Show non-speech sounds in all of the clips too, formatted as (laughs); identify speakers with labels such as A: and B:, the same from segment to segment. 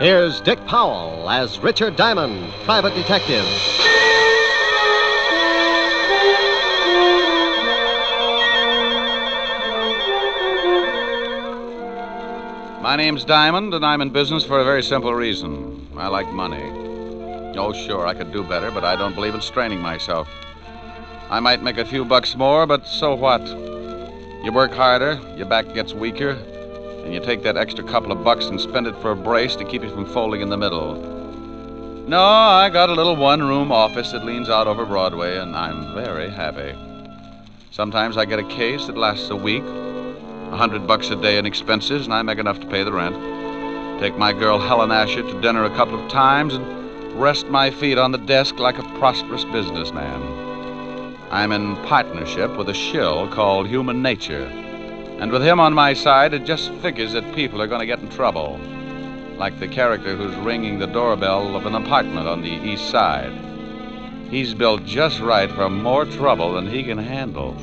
A: Here's Dick Powell as Richard Diamond, private detective.
B: My name's Diamond, and I'm in business for a very simple reason. I like money. Oh, sure, I could do better, but I don't believe in straining myself. I might make a few bucks more, but so what? You work harder, your back gets weaker, and you take that extra couple of bucks and spend it for a brace to keep you from folding in the middle. No, I got a little one room office that leans out over Broadway, and I'm very happy. Sometimes I get a case that lasts a week, a hundred bucks a day in expenses, and I make enough to pay the rent. Take my girl Helen Asher to dinner a couple of times and rest my feet on the desk like a prosperous businessman. I'm in partnership with a shill called Human Nature. And with him on my side, it just figures that people are going to get in trouble. Like the character who's ringing the doorbell of an apartment on the east side. He's built just right for more trouble than he can handle.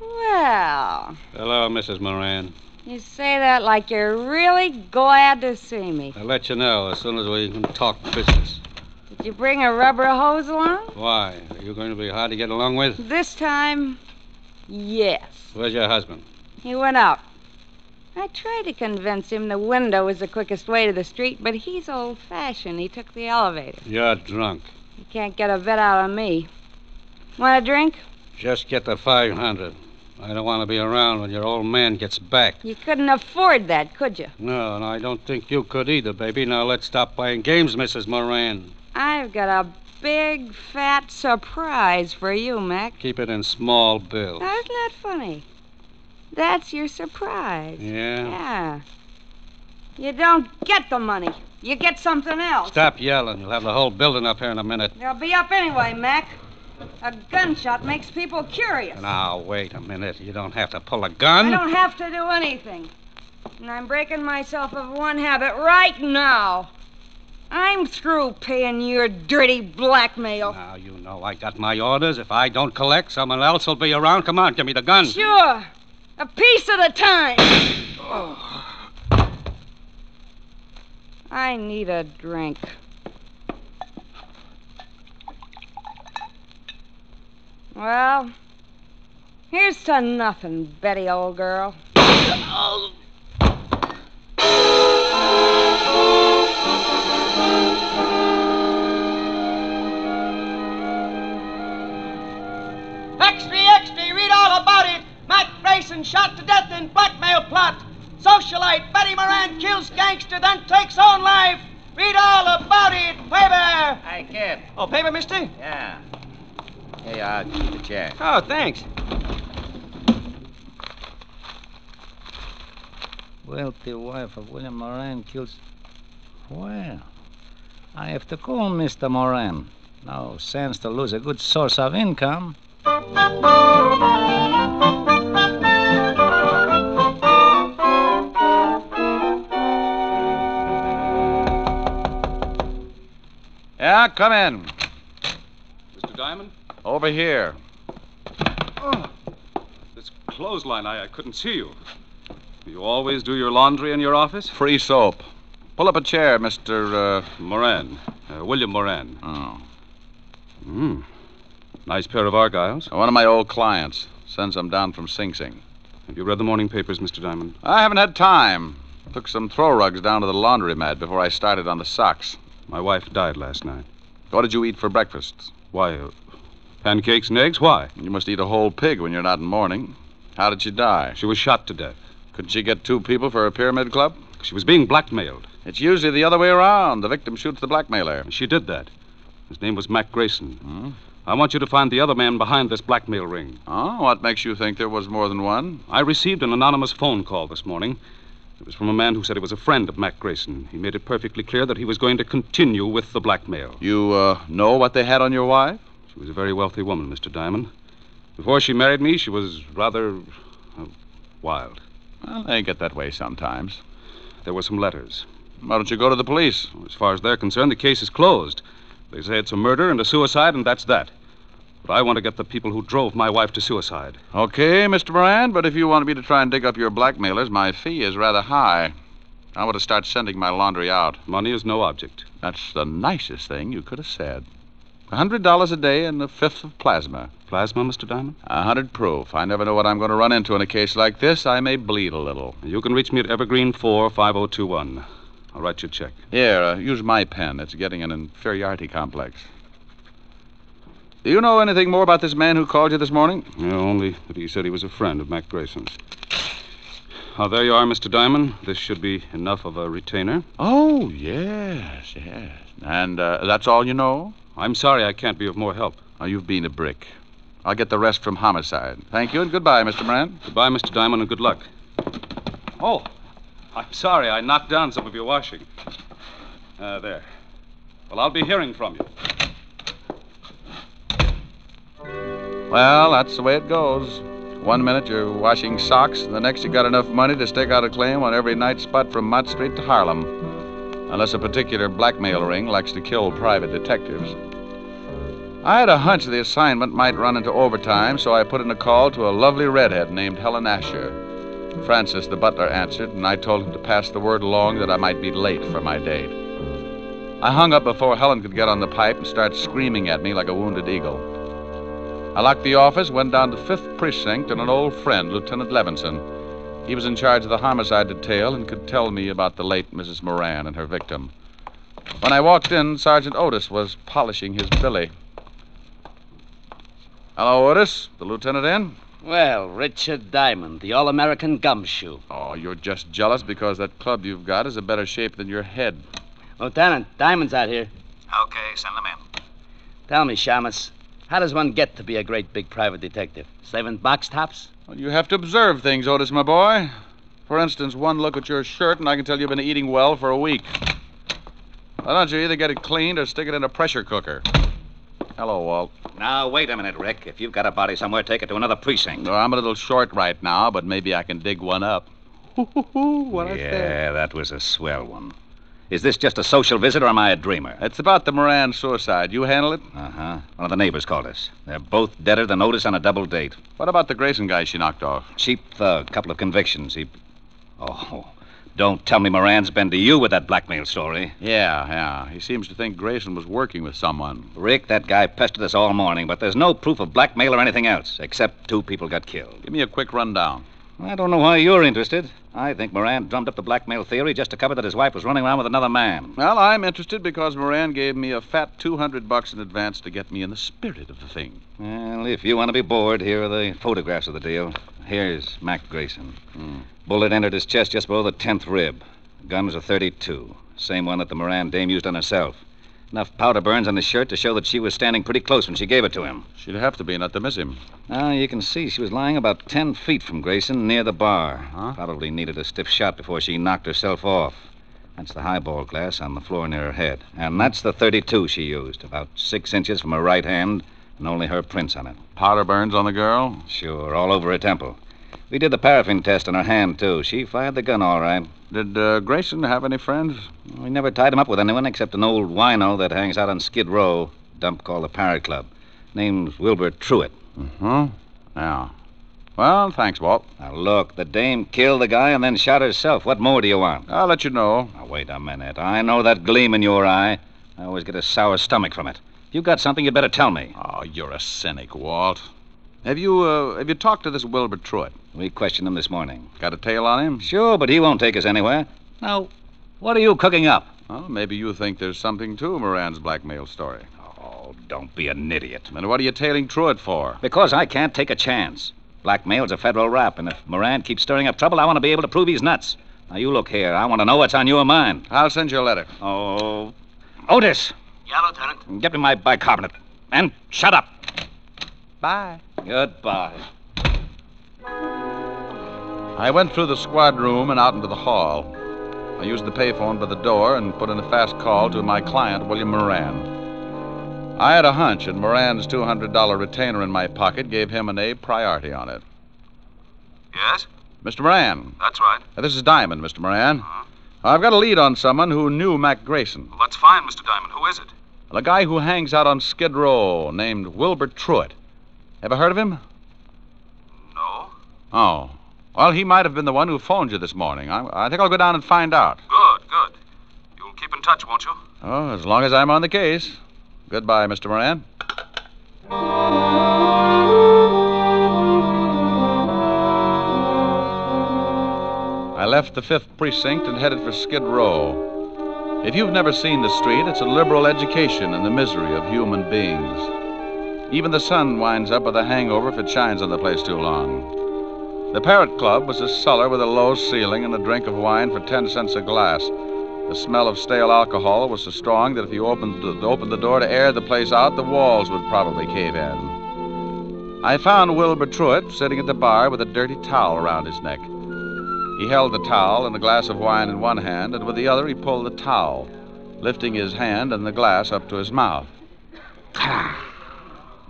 C: Well,
D: Hello, Mrs. Moran.
C: you say that like you're really glad to see me.
D: I'll let you know as soon as we can talk business.
C: Did you bring a rubber hose along?
D: Why? Are you going to be hard to get along with?
C: This time, yes.
D: Where's your husband?
C: He went out. I tried to convince him the window was the quickest way to the street, but he's old fashioned. He took the elevator.
D: You're drunk.
C: He can't get a bit out of me. Want a drink?
D: Just get the 500. I don't want to be around when your old man gets back.
C: You couldn't afford that, could you?
D: No, and I don't think you could either, baby. Now let's stop playing games, Mrs. Moran.
C: I've got a big, fat surprise for you, Mac.
D: Keep it in small bills.
C: Now, isn't that funny? That's your surprise.
D: Yeah?
C: Yeah. You don't get the money. You get something else.
D: Stop yelling. You'll have the whole building up here in a minute.
C: They'll be up anyway, Mac. A gunshot makes people curious.
D: Now, wait a minute. You don't have to pull
C: I
D: a gun.
C: don't have to do anything. And I'm breaking myself of one habit right now. I'm through paying your dirty blackmail.
D: Now, you know I got my orders. If I don't collect, someone else will be around. Come on, give me the gun.
C: Sure. A piece at a time. I need a drink. Well, here's to nothing, Betty, old girl.
E: Extra, extra, read all about it. Mac Grayson shot to death in blackmail plot. Socialite Betty Moran kills gangster, then takes own life. Read all about it, paper.
B: Hey, kid.
E: Oh, paper, mister?
B: Yeah. Hey, uh, keep the chair.
E: Oh, thanks.
F: Wealthy wife of William Moran kills. Well, I have to call Mr. Moran. No sense to lose a good source of income.
B: Yeah, come in.
G: Mr. Diamond, Oh,
B: Over here.
G: this clothesline, I, I couldn't see you. You always do your laundry in your office?
B: Free soap. Pull up a chair, Mr. Uh...
G: Moran. Uh, William Moran.
B: Oh.
G: Mm. Nice pair of Argyles.
B: One of my old clients sends them down from Sing Sing.
G: Have you read the morning papers, Mr. Diamond?
B: I haven't had time. Took some throw rugs down to the laundromat before I started on the socks.
G: My wife died last night.
B: What did you eat for breakfast?
G: Why? Uh, pancakes and eggs? Why?
B: You must eat a whole pig when you're not in mourning. How did she die?
G: She was shot to death.
B: Couldn't she get two people for a pyramid club?
G: She was being blackmailed.
B: It's usually the other way around. The victim shoots the blackmailer.
G: And she did that. His name was Mac Grayson.
B: Hmm?
G: I want you to find the other man behind this blackmail ring.
B: Oh, what makes you think there was more than one?
G: I received an anonymous phone call this morning. It was from a man who said he was a friend of Mac Grayson. He made it perfectly clear that he was going to continue with the blackmail.
B: You uh, know what they had on your wife?
G: She was a very wealthy woman, Mr. Diamond. Before she married me, she was rather uh, wild.
B: Well, they get that way sometimes.
G: There were some letters.
B: Why don't you go to the police?
G: As far as they're concerned, the case is closed. They say it's a murder and a suicide, and that's that. But I want to get the people who drove my wife to suicide.
B: Okay, Mr. Moran, but if you want me to try and dig up your blackmailers, my fee is rather high. I want to start sending my laundry out.
G: Money is no object.
B: That's the nicest thing you could have said. A hundred dollars a day and a fifth of plasma.
G: Plasma, Mr. Diamond?
B: A hundred proof. I never know what I'm going to run into in a case like this. I may bleed a little.
G: You can reach me at Evergreen 4 5021. I'll write you a check.
B: Here, uh, use my pen. It's getting an inferiority complex. Do you know anything more about this man who called you this morning?
G: Yeah, only that he said he was a friend of Mac Grayson's. Ah, there you are, Mr. Diamond. This should be enough of a retainer.
B: Oh, yes, yes. And uh, that's all you know?
G: I'm sorry I can't be of more help.
B: Oh, you've been a brick. I'll get the rest from homicide. Thank you and goodbye, Mr. Moran.
G: Goodbye, Mr. Diamond, and good luck. Oh, I'm sorry I knocked down some of your washing. Uh, there. Well, I'll be hearing from you.
B: Well, that's the way it goes. One minute you're washing socks, and the next you got enough money to stake out a claim on every night spot from Mott Street to Harlem. Unless a particular blackmail ring likes to kill private detectives. I had a hunch the assignment might run into overtime, so I put in a call to a lovely redhead named Helen Asher. Francis, the butler, answered, and I told him to pass the word along that I might be late for my date. I hung up before Helen could get on the pipe and start screaming at me like a wounded eagle. I locked the office, went down to 5th Precinct, and an old friend, Lieutenant Levinson. He was in charge of the homicide detail and could tell me about the late Mrs. Moran and her victim. When I walked in, Sergeant Otis was polishing his billy. Hello, Otis. The lieutenant in?
H: Well, Richard Diamond, the All American gumshoe.
B: Oh, you're just jealous because that club you've got is a better shape than your head.
H: Lieutenant, Diamond's out here.
I: Okay, send them in.
H: Tell me, Shamus, how does one get to be a great big private detective? Slaving box tops?
B: Well, you have to observe things, Otis, my boy. For instance, one look at your shirt, and I can tell you've been eating well for a week. Why don't you either get it cleaned or stick it in a pressure cooker? Hello, Walt.
I: Now, wait a minute, Rick. If you've got a body somewhere, take it to another precinct.
B: Well, I'm a little short right now, but maybe I can dig one up. what I say.
I: yeah, that was a swell one. Is this just a social visit or am I a dreamer?
B: It's about the Moran suicide. You handle it?
I: Uh huh. One of the neighbors called us. They're both deader than Otis on a double date.
B: What about the Grayson guy she knocked off?
I: Cheap thug, couple of convictions. He. Oh, don't tell me Moran's been to you with that blackmail story.
B: Yeah, yeah. He seems to think Grayson was working with someone.
I: Rick, that guy pestered us all morning, but there's no proof of blackmail or anything else, except two people got killed.
B: Give me a quick rundown.
I: I don't know why you're interested. I think Moran drummed up the blackmail theory just to cover that his wife was running around with another man.
B: Well, I'm interested because Moran gave me a fat 200 bucks in advance to get me in the spirit of the thing.
I: Well, if you want to be bored, here are the photographs of the deal. Here's Mac Grayson.
B: Hmm.
I: Bullet entered his chest just below the 10th rib. Gun was a 32, same one that the Moran dame used on herself. Enough powder burns on his shirt to show that she was standing pretty close when she gave it to him.
B: She'd have to be not to miss him.
I: Now, you can see she was lying about 10 feet from Grayson near the bar. Probably needed a stiff shot before she knocked herself off. That's the highball glass on the floor near her head. And that's the 32 she used, about six inches from her right hand, and only her prints on it.
B: Powder burns on the girl?
I: Sure, all over her temple. We did the paraffin test on her hand, too. She fired the gun all right.
B: Did uh, Grayson have any friends?
I: We never tied him up with anyone except an old wino that hangs out on Skid Row, dump called the Parrot Club. Name's Wilbur Truitt.
B: Huh? Yeah. Mm-hmm. Well, thanks, Walt.
I: Now, look, the dame killed the guy and then shot herself. What more do you want?
B: I'll let you know.
I: Now, wait a minute. I know that gleam in your eye. I always get a sour stomach from it. If you got something, you'd better tell me.
B: Oh, you're a cynic, Walt. Have you uh, have you talked to this Wilbur Truitt?
I: We questioned him this morning.
B: Got a tail on him?
I: Sure, but he won't take us anywhere. Now, what are you cooking up?
B: Well, maybe you think there's something to Moran's blackmail story.
I: Oh, don't be an idiot.
B: Then what are you tailing Truitt for?
I: Because I can't take a chance. Blackmail's a federal rap, and if Moran keeps stirring up trouble, I want to be able to prove he's nuts. Now, you look here. I want to know what's on your mind.
B: I'll send you a letter.
I: Oh. Otis,
E: Yeah, Lieutenant.
I: get me my bicarbonate. And shut up.
B: Bye.
I: Goodbye.
B: I went through the squad room and out into the hall. I used the payphone by the door and put in a fast call to my client, William Moran. I had a hunch, and Moran's $200 retainer in my pocket gave him an A priority on it.
J: Yes?
B: Mr. Moran,
J: That's right.
B: uh, this is Diamond, Mr. Moran. I've got a lead on someone who knew Mac Grayson.
J: Well, that's fine, Mr. Diamond. Who is it?
B: The guy who hangs out on Skid Row named Wilbur Truitt. Ever heard of him?
J: No.
B: Oh. Well, he might have been the one who phoned you this morning. I, I think I'll go down and find out.
J: Good, good. You'll keep in touch, won't you?
B: Oh, as long as I'm on the case. Goodbye, Mr. Moran. I left the 5th Precinct and headed for Skid Row. If you've never seen the street, it's a liberal education in the misery of human beings. Even the sun winds up with a hangover if it shines on the place too long. The Parrot Club was a cellar with a low ceiling and a drink of wine for 10 cents a glass. The smell of stale alcohol was so strong that if you opened the, opened the door to air the place out, the walls would probably cave in. I found Wilbur Truitt sitting at the bar with a dirty towel around his neck. He held the towel and a glass of wine in one hand, and with the other he pulled the towel, lifting his hand and the glass up to his mouth. (sighs)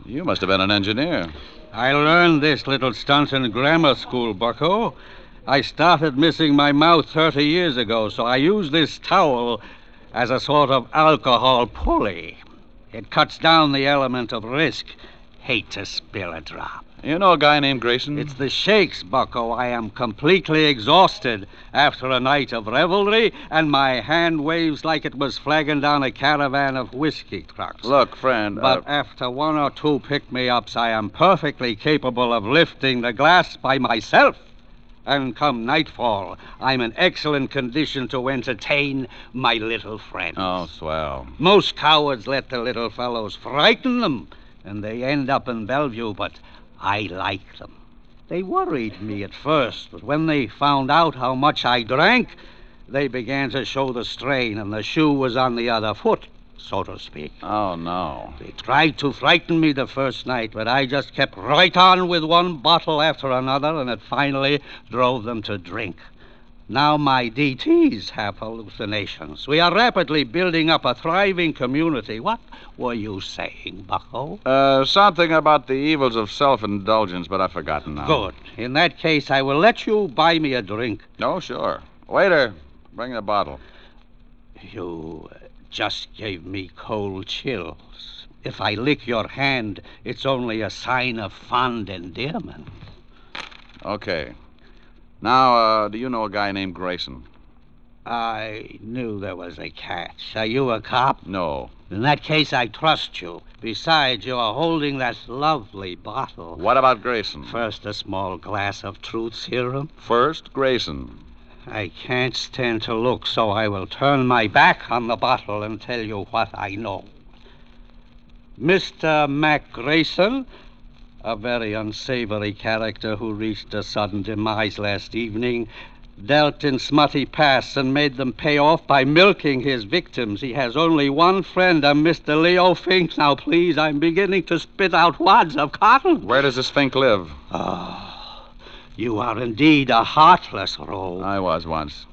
B: You must have been an engineer.
D: I learned this little stunt in grammar school, Bucko. I started missing my mouth 30 years ago, so I use this towel as a sort of alcohol pulley. It cuts down the element of risk. Hate to spill a drop.
B: You know a guy named Grayson?
D: It's the shakes, Bucko. I am completely exhausted after a night of revelry, and my hand waves like it was flagging down a caravan of whiskey trucks.
B: Look, friend.
D: But
B: uh,
D: after one or two pick me ups, I am perfectly capable of lifting the glass by myself. And come nightfall, I'm in excellent condition to entertain my little friend.
B: Oh, swell.
D: Most cowards let the little fellows frighten them, and they end up in Bellevue, but I like them. They worried me at first, but when they found out how much I drank, they began to show the strain, and the shoe was on the other foot, so to speak.
B: Oh, no.
D: They tried to frighten me the first night, but I just kept right on with one bottle after another, and it finally drove them to drink. Now my DTs have hallucinations. We are rapidly building up a thriving community. What were you saying, Bucko?
B: Uh, something about the evils of self indulgence, but I've forgotten now.
D: Good. In that case, I will let you buy me a drink.
B: No, sure. Waiter, bring the bottle.
D: You uh, just gave me cold chills. If I lick your hand, it's only a sign of fond endearment.
B: Okay. Now, uh, do you know a guy named Grayson?
D: I knew there was a catch. Are you a cop?
B: No.
D: In that case, I trust you. Besides, you are holding that lovely bottle.
B: What about Grayson?
D: First, a small glass of truth serum.
B: First, Grayson.
D: I can't stand to look, so I will turn my back on the bottle and tell you what I know. Mr. Mac Grayson, a very unsavory character who reached a sudden demise last evening, dealt in smutty pasts and made them pay off by milking his victims. He has only one friend, a Mr. Leo Fink. Now, please, I'm beginning to spit out wads of cotton.
B: Where does this Fink live?
D: Ah, you are indeed a heartless rogue.
B: I was once.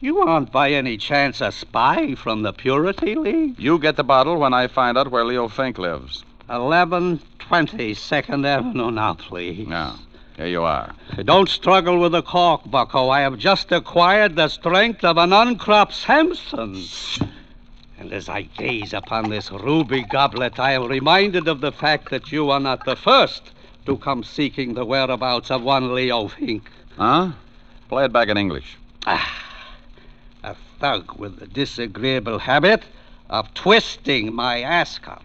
D: You aren't by any chance a spy from the Purity League?
B: You get the bottle when I find out where Leo Fink lives.
D: 1120 Second Avenue now, please.
B: Now, here you are.
D: Don't struggle with the cork, Bucko. I have just acquired the strength of an uncropped Samson. And as I gaze upon this ruby goblet, I am reminded of the fact that you are not the first to come seeking the whereabouts of one Leo Fink.
B: Huh? Play it back in English.
D: Ah, A thug with the disagreeable habit of twisting my ascot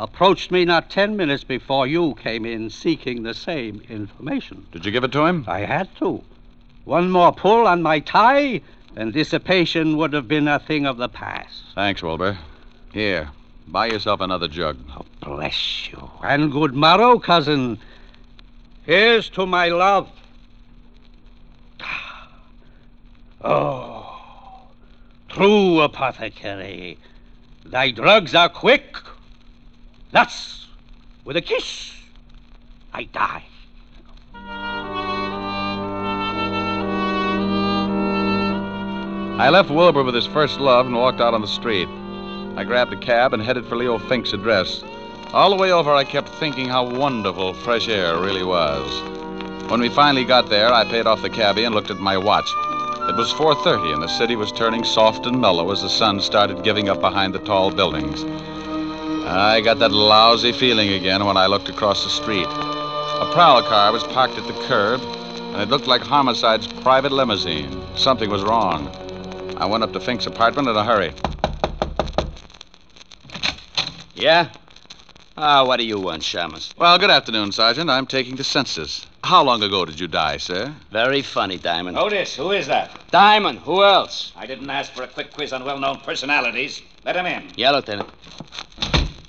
D: approached me not ten minutes before you came in seeking the same information.
B: Did you give it to him?
D: I had to. One more pull on my tie, and dissipation would have been a thing of the past.
B: Thanks, Wilbur. Here, buy yourself another jug.
D: Oh, bless you. And good morrow, cousin. Here's to my love. Oh, true apothecary. Thy drugs are quick. Thus, with a kiss, I die.
B: I left Wilbur with his first love and walked out on the street. I grabbed a cab and headed for Leo Fink's address. All the way over, I kept thinking how wonderful fresh air really was. When we finally got there, I paid off the cabbie and looked at my watch. It was 4:30 and the city was turning soft and mellow as the sun started giving up behind the tall buildings. I got that lousy feeling again when I looked across the street. A prowl car was parked at the curb, and it looked like Homicide's private limousine. Something was wrong. I went up to Fink's apartment in a hurry.
H: Yeah? Ah, what do you want, Shamus?
B: Well, good afternoon, Sergeant. I'm taking the census. How long ago did you die, sir?
H: Very funny, Diamond.
K: Otis, who is that?
H: Diamond, who else?
K: I didn't ask for a quick quiz on well known personalities. Let him in.
H: Yeah, Lieutenant.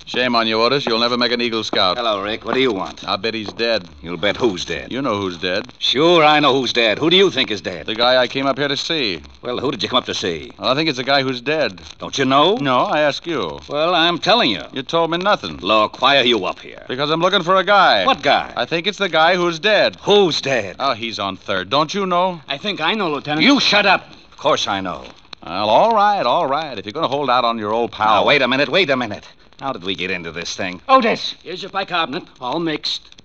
B: Shame on you, Otis. You'll never make an Eagle Scout.
I: Hello, Rick. What do you want?
B: I'll bet he's dead.
I: You'll bet who's dead?
B: You know who's dead.
I: Sure, I know who's dead. Who do you think is dead?
B: The guy I came up here to see.
I: Well, who did you come up to see?
B: Well, I think it's the guy who's dead.
I: Don't you know?
B: No, I ask you.
I: Well, I'm telling you.
B: You told me nothing.
I: Look, why are you up here?
B: Because I'm looking for a guy.
I: What guy?
B: I think it's the guy who's dead.
I: Who's dead?
B: Oh, he's on third. Don't you know?
H: I think I know, Lieutenant.
I: You shut up. Of course I know.
B: Well, all right, all right. If you're going to hold out on your old pal.
I: Now, wait a minute, wait a minute. How did we get into this thing?
H: Otis! Here's your bicarbonate, all mixed.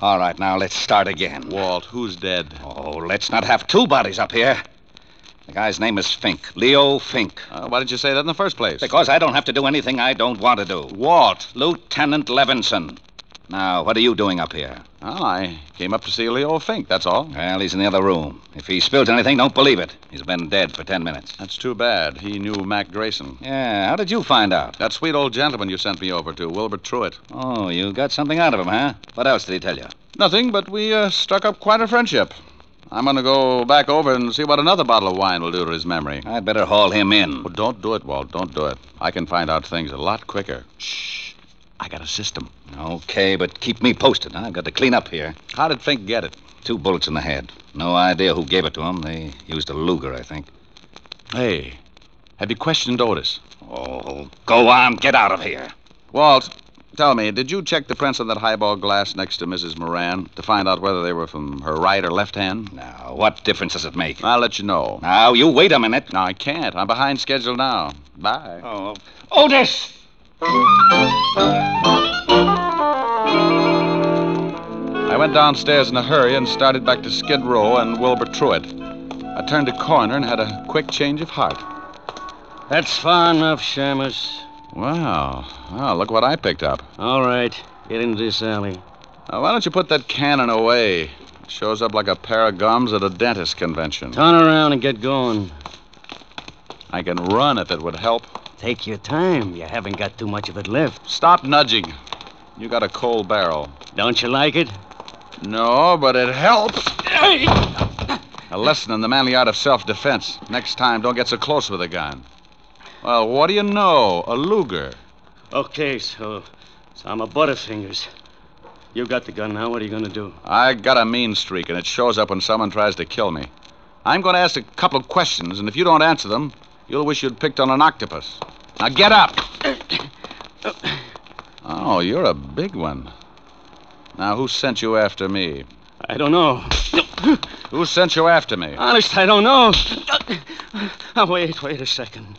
I: All right, now let's start again.
B: Walt, who's dead?
I: Oh, let's not have two bodies up here. The guy's name is Fink, Leo Fink.
B: Uh, why did you say that in the first place?
I: Because I don't have to do anything I don't want to do.
B: Walt!
I: Lieutenant Levinson. Now, what are you doing up here?
B: Well, I came up to see Leo Fink, that's all.
I: Well, he's in the other room. If he spills anything, don't believe it. He's been dead for ten minutes.
B: That's too bad. He knew Mac Grayson.
I: Yeah, how did you find out?
B: That sweet old gentleman you sent me over to, Wilbur Truitt.
I: Oh, you got something out of him, huh? What else did he tell you?
B: Nothing, but we uh, struck up quite a friendship. I'm going to go back over and see what another bottle of wine will do to his memory.
I: I'd better haul him in.
B: Well, Oh, don't do it, Walt. Don't do it. I can find out things a lot quicker. Shh. I got a system.
I: Okay, but keep me posted. I've got to clean up here.
B: How did Fink get it?
I: Two bullets in the head. No idea who gave it to him. They used a Luger, I think.
B: Hey, have you questioned Otis?
I: Oh, go on. Get out of here.
B: Walt, tell me, did you check the prints on that highball glass next to Mrs. Moran to find out whether they were from her right or left hand?
I: Now, what difference does it make?
B: I'll let you know.
I: Now, you wait a minute.
B: No, I can't. I'm behind schedule now. Bye.
I: Oh, Otis!
B: I went downstairs in a hurry and started back to Skid Row and Wilbur Truitt. I turned a corner and had a quick change of heart.
D: That's far enough, Shamus.
B: Wow. Wow, Oh, look what I picked up.
D: All right. Get into this alley.
B: Now, Uh, why don't you put that cannon away? It shows up like a pair of gums at a dentist convention.
D: Turn around and get going.
B: I can run if it would help.
D: Take your time. You haven't got too much of it left.
B: Stop nudging. You got a cold barrel.
D: Don't you like it?
B: No, but it helps. a lesson in the manly art of self defense. Next time, don't get so close with a gun. Well, what do you know? A Luger.
D: Okay, so, Oh, so I'm a Butterfingers. You got the gun now. What are you going to do?
B: I got a mean streak, and it shows up when someone tries to kill me. I'm going to ask a couple of questions, and if you don't answer them, You'll wish you'd picked on an octopus. Now
D: (coughs)
B: get up. Oh, you're a big one. Now, who sent you after me?
D: I don't know.
B: (coughs) Who sent you after me?
D: Honest, I don't know. Oh, wait, wait a second.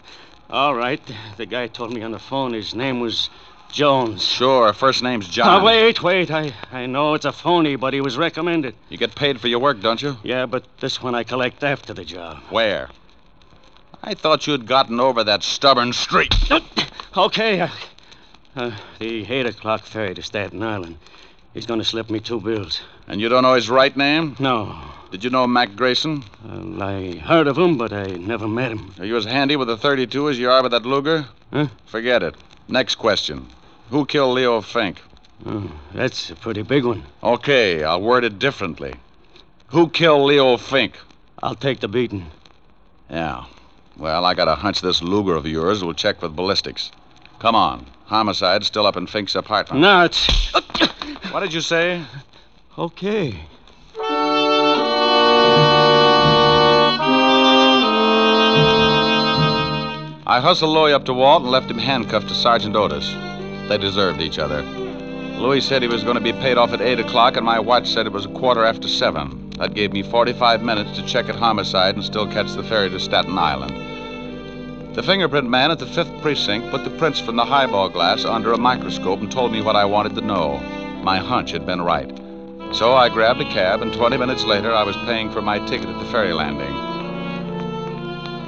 D: All right, the guy told me on the phone his name was Jones.
B: Sure,
D: (laughs)
B: first name's John.
D: Oh, wait, wait. I, I know it's a phony, but he was recommended.
B: You get paid for your work, don't you?
D: Yeah, but this one I collect after the job.
B: Where? I thought you'd gotten over that
D: (coughs)
B: stubborn streak.
D: Okay. Uh, uh, the 8 o'clock ferry to Staten Island. He's going to slip me two bills.
B: And you don't know his right name?
D: No.
B: Did you know Mac Grayson?
D: Well, I heard of him, but I never met him.
B: Are you as handy with a 32 as you are with that Luger?
D: Huh?
B: Forget it. Next question. Who killed Leo Fink?
D: Oh, that's a pretty big one.
B: Okay, I'll word it differently. Who killed Leo Fink?
D: I'll take the beating.
B: Yeah, well, I got a hunch this Luger of yours will check with ballistics. Come on. Homicide's still up in Fink's apartment.
D: No, it's.
B: What did you say?
D: Okay.
B: I hustled Louis up to Walt and left him handcuffed to Sergeant Otis. They deserved each other. Louis said he was going to be paid off at 8 o'clock, and my watch said it was a quarter after 7. That gave me 45 minutes to check at homicide and still catch the ferry to Staten Island. The fingerprint man at the 5th Precinct put the prints from the highball glass under a microscope and told me what I wanted to know. My hunch had been right. So I grabbed a cab, and 20 minutes later, I was paying for my ticket at the ferry landing.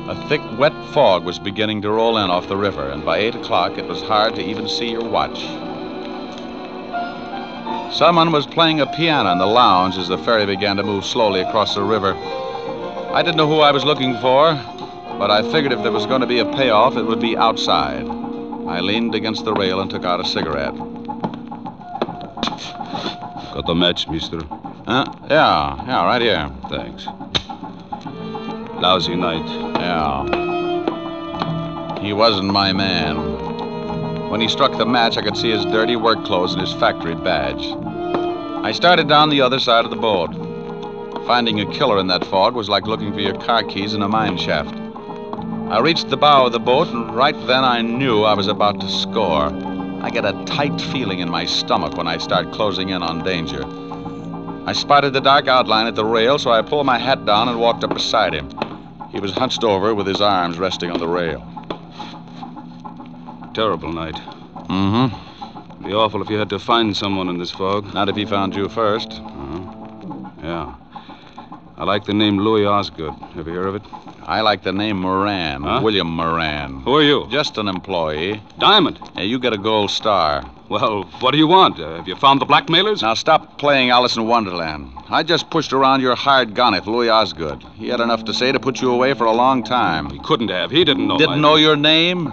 B: A thick, wet fog was beginning to roll in off the river, and by 8 o'clock, it was hard to even see your watch. Someone was playing a piano in the lounge as the ferry began to move slowly across the river. I didn't know who I was looking for, but I figured if there was going to be a payoff, it would be outside. I leaned against the rail and took out a cigarette.
L: Got the match, mister?
B: Huh? Yeah, yeah, right here.
L: Thanks. Lousy night.
B: Yeah. He wasn't my man. When he struck the match, I could see his dirty work clothes and his factory badge. I started down the other side of the boat. Finding a killer in that fog was like looking for your car keys in a mine shaft. I reached the bow of the boat, and right then I knew I was about to score. I get a tight feeling in my stomach when I start closing in on danger. I spotted the dark outline at the rail, so I pulled my hat down and walked up beside him. He was hunched over with his arms resting on the rail.
L: Terrible night.
B: Mm-hmm.
L: Be awful if you had to find someone in this fog.
B: Not if he found you first.
L: Yeah. I like the name Louis Osgood. Have you heard of it?
B: I like the name Moran,
L: Huh?
B: William Moran.
L: Who are you?
B: Just an employee.
L: Diamond.
B: Yeah, you get a gold star.
L: Well, what do you want? Uh, have you found the blackmailers?
B: Now stop playing Alice in Wonderland. I just pushed around your hired goneth, Louis Osgood. He had enough to say to put you away for a long time.
L: He couldn't have. He didn't know.
B: Didn't
L: my-
B: know your name?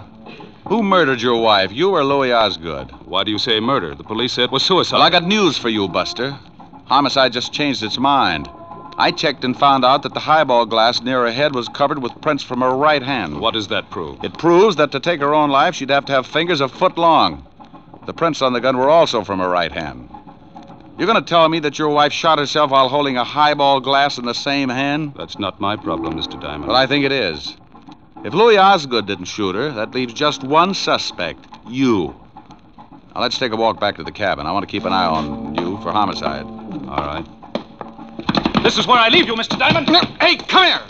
B: Who murdered your wife, you or Louis Osgood?
L: Why do you say murder? The police say it was suicide.
B: Well, I got news for you, Buster. Homicide just changed its mind. I checked and found out that the highball glass near her head was covered with prints from her right hand.
L: What does that prove?
B: It proves that to take her own life, she'd have to have fingers a foot long. The prints on the gun were also from her right hand. You're going to tell me that your wife shot herself while holding a highball glass in the same hand?
L: That's not my problem, Mr. Diamond.
B: Well, I think it is. If Louis Osgood didn't shoot her, that leaves just one suspect you. Now, let's take a walk back to the cabin. I want to keep an eye on you for homicide.
L: All right. This is where I leave you, Mr. Diamond. Hey, come here.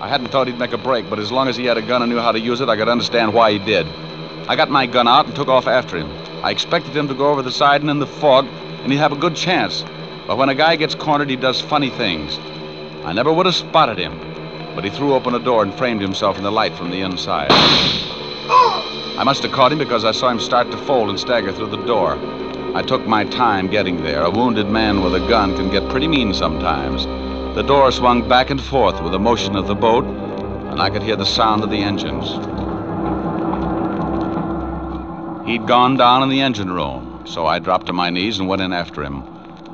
B: I hadn't thought he'd make a break, but as long as he had a gun and knew how to use it, I could understand why he did. I got my gun out and took off after him. I expected him to go over the side and in the fog, and he'd have a good chance. But when a guy gets cornered, he does funny things. I never would have spotted him, but he threw open a door and framed himself in the light from the inside. I must have caught him because I saw him start to fold and stagger through the door. I took my time getting there. A wounded man with a gun can get pretty mean sometimes. The door swung back and forth with the motion of the boat, and I could hear the sound of the engines. He'd gone down in the engine room, so I dropped to my knees and went in after him.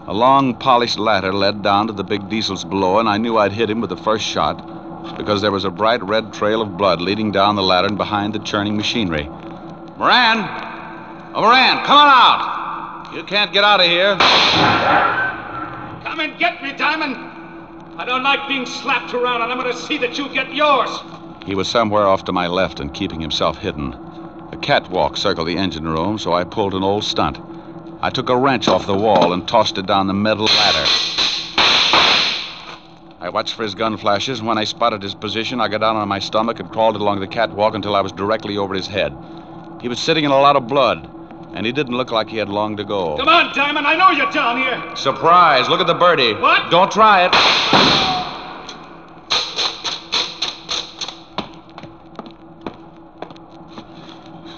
B: A long, polished ladder led down to the big diesels below, and I knew I'd hit him with the first shot because there was a bright red trail of blood leading down the ladder and behind the churning machinery. Moran! Oh, Moran, come on out! You can't get out of here.
M: Come and get me, Diamond. I don't like being slapped around, and I'm going to see that you get yours.
L: Oh.
B: He was somewhere off to my left and keeping himself hidden. A catwalk circled the engine room, so I pulled an old stunt. I took a wrench off the wall and tossed it down the metal ladder. I watched for his gun flashes, and when I spotted his position, I got down on my stomach and crawled along the catwalk until I was directly over his head. He was sitting in a lot of blood, and he didn't look like he had long to go.
M: Come on, Diamond. I know you're down here.
B: Surprise! Look at the birdie.
M: What?
B: Don't try it.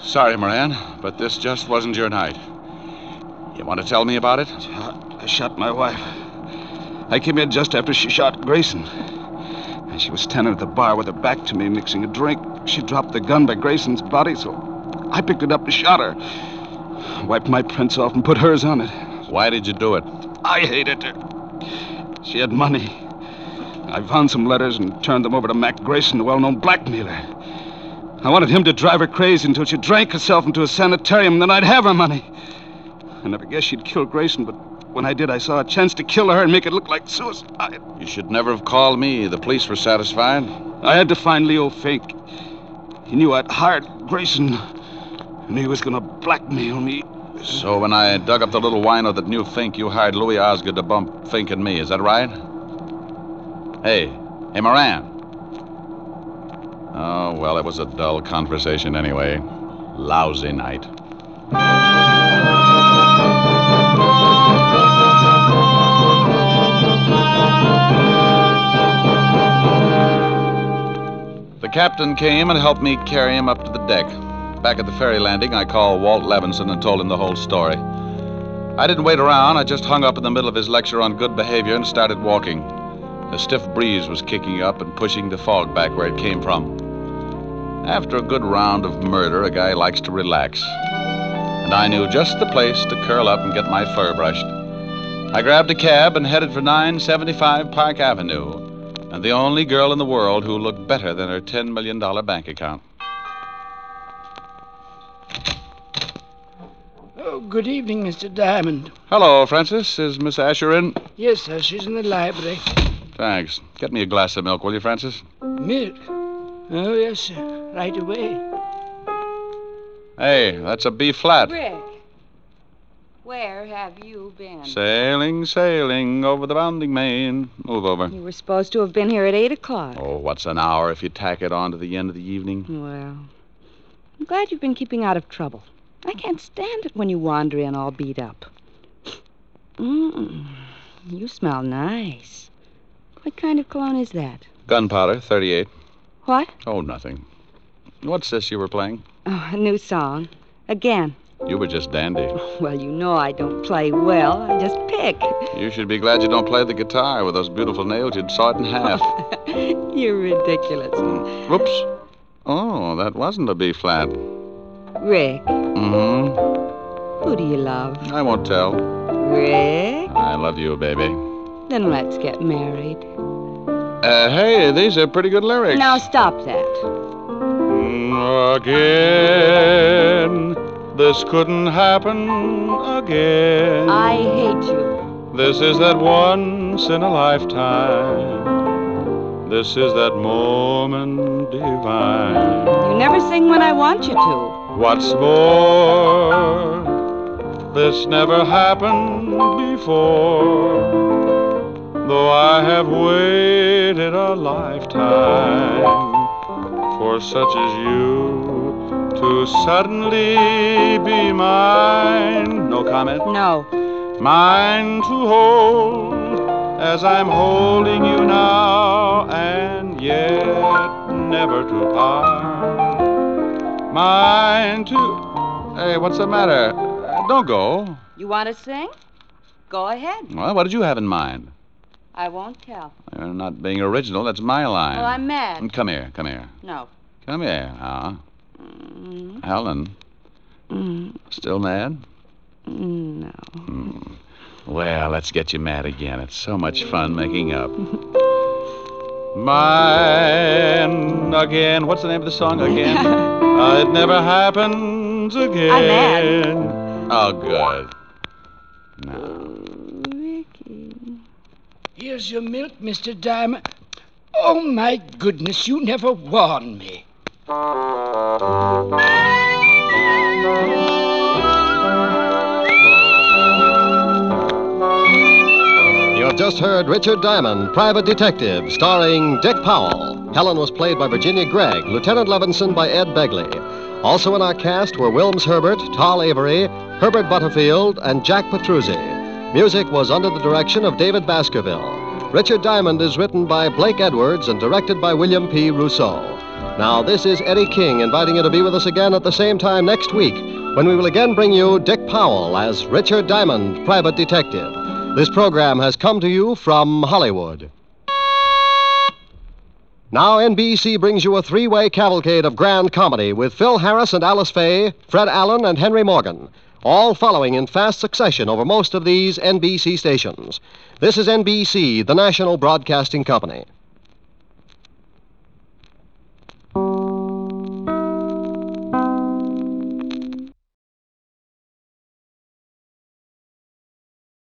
B: Sorry, Moran, but this just wasn't your night. You want to tell me about it?
L: I shot my wife. I came in just after she shot Grayson. And she was standing at the bar with her back to me, mixing a drink. She dropped the gun by Grayson's body, so I picked it up and shot her. Wiped my prints off and put hers on it.
B: Why did you do it?
L: I hated her. She had money. I found some letters and turned them over to Mac Grayson, the well known blackmailer. I wanted him to drive her crazy until she drank herself into a sanitarium, then I'd have her money. I never guessed she'd kill Grayson, but when I did, I saw a chance to kill her and make it look like suicide.
B: You should never have called me. The police were satisfied.
L: I had to find Leo Fink. He knew I'd hired Grayson, and he was going to blackmail me.
B: So when I dug up the little wino that knew Fink, you hired Louis Osgood to bump Fink and me. Is that right? Hey, hey, Moran. Oh, well, it was a dull conversation anyway. Lousy night. The captain came and helped me carry him up to the deck. Back at the ferry landing, I called Walt Levinson and told him the whole story. I didn't wait around. I just hung up in the middle of his lecture on good behavior and started walking. A stiff breeze was kicking up and pushing the fog back where it came from. After a good round of murder, a guy likes to relax. And I knew just the place to curl up and get my fur brushed. I grabbed a cab and headed for 975 Park Avenue, and the only girl in the world who looked better than her $10 million bank account.
N: Oh, good evening, Mr. Diamond.
B: Hello, Francis. Is Miss Asher in?
N: Yes, sir, she's in the library.
B: Thanks. Get me a glass of milk, will you, Francis?
N: Milk? Oh, yes, sir. Right away.
B: Hey, that's a B flat.
C: Rick, where have you been?
B: Sailing, sailing over the bounding main. Move over.
C: You were supposed to have been here at 8 o'clock.
B: Oh, what's an hour if you tack it on to the end of the evening?
C: Well, I'm glad you've been keeping out of trouble. I can't stand it when you wander in all beat up. Mm, you smell nice. What kind of cologne is that?
B: Gunpowder, 38.
C: What?
B: Oh, nothing. What's this you were playing?
C: Oh, a new song. Again.
B: You were just dandy.
C: Well, you know I don't play well. I just pick. (laughs)
B: You should be glad you don't play the guitar. With those beautiful nails, you'd saw it in half.
C: You're ridiculous.
B: Whoops. Oh, that wasn't a B flat.
C: Rick,
B: Mm-hmm.
C: who do you love?
B: I won't tell.
C: Rick?
B: I love you, baby.
C: Then let's get married.
B: Uh, hey, these are pretty good lyrics.
C: Now stop that.
B: Again, this couldn't happen again.
C: I hate you.
B: This is that once in a lifetime. This is that moment divine.
C: You never sing when I want you to.
B: What's more, this never happened before. Though I have waited a lifetime for such as you to suddenly be mine. No comment?
C: No.
B: Mine to hold as I'm holding you now and yet never to part. Mine to. Hey, what's the matter? Uh, Don't go.
C: You want to sing? Go ahead.
B: Well, what did you have in mind?
C: I won't tell.
B: You're not being original. That's my line. Mm,
C: Well, I'm mad.
B: Come here, come here.
C: No.
B: Come here, now. Helen. Mm, Still mad? Hmm.
C: No.
B: Well, let's get you mad again. It's so much fun making up. Mine again. What's the name of the song again? uh, it never happens again. Oh, good.
N: Here's your milk, Mr. Diamond. Oh, my goodness, you never warned me.
A: You have just heard Richard Diamond, Private Detective, starring Dick Powell. Helen was played by Virginia Gregg, Lieutenant Levinson by Ed Begley. Also in our cast were Wilms Herbert, Tal Avery, Herbert Butterfield, and Jack Petruzzi. Music was under the direction of David Baskerville. Richard Diamond is written by Blake Edwards and directed by William P. Rousseau. Now, this is Eddie King inviting you to be with us again at the same time next week when we will again bring you Dick Powell as Richard Diamond, Private Detective. This program has come to you from Hollywood. Now, NBC brings you a three way cavalcade of grand comedy with Phil Harris and Alice Faye, Fred Allen, and Henry Morgan, all following in fast succession over most of these NBC stations. This is NBC, the national broadcasting company.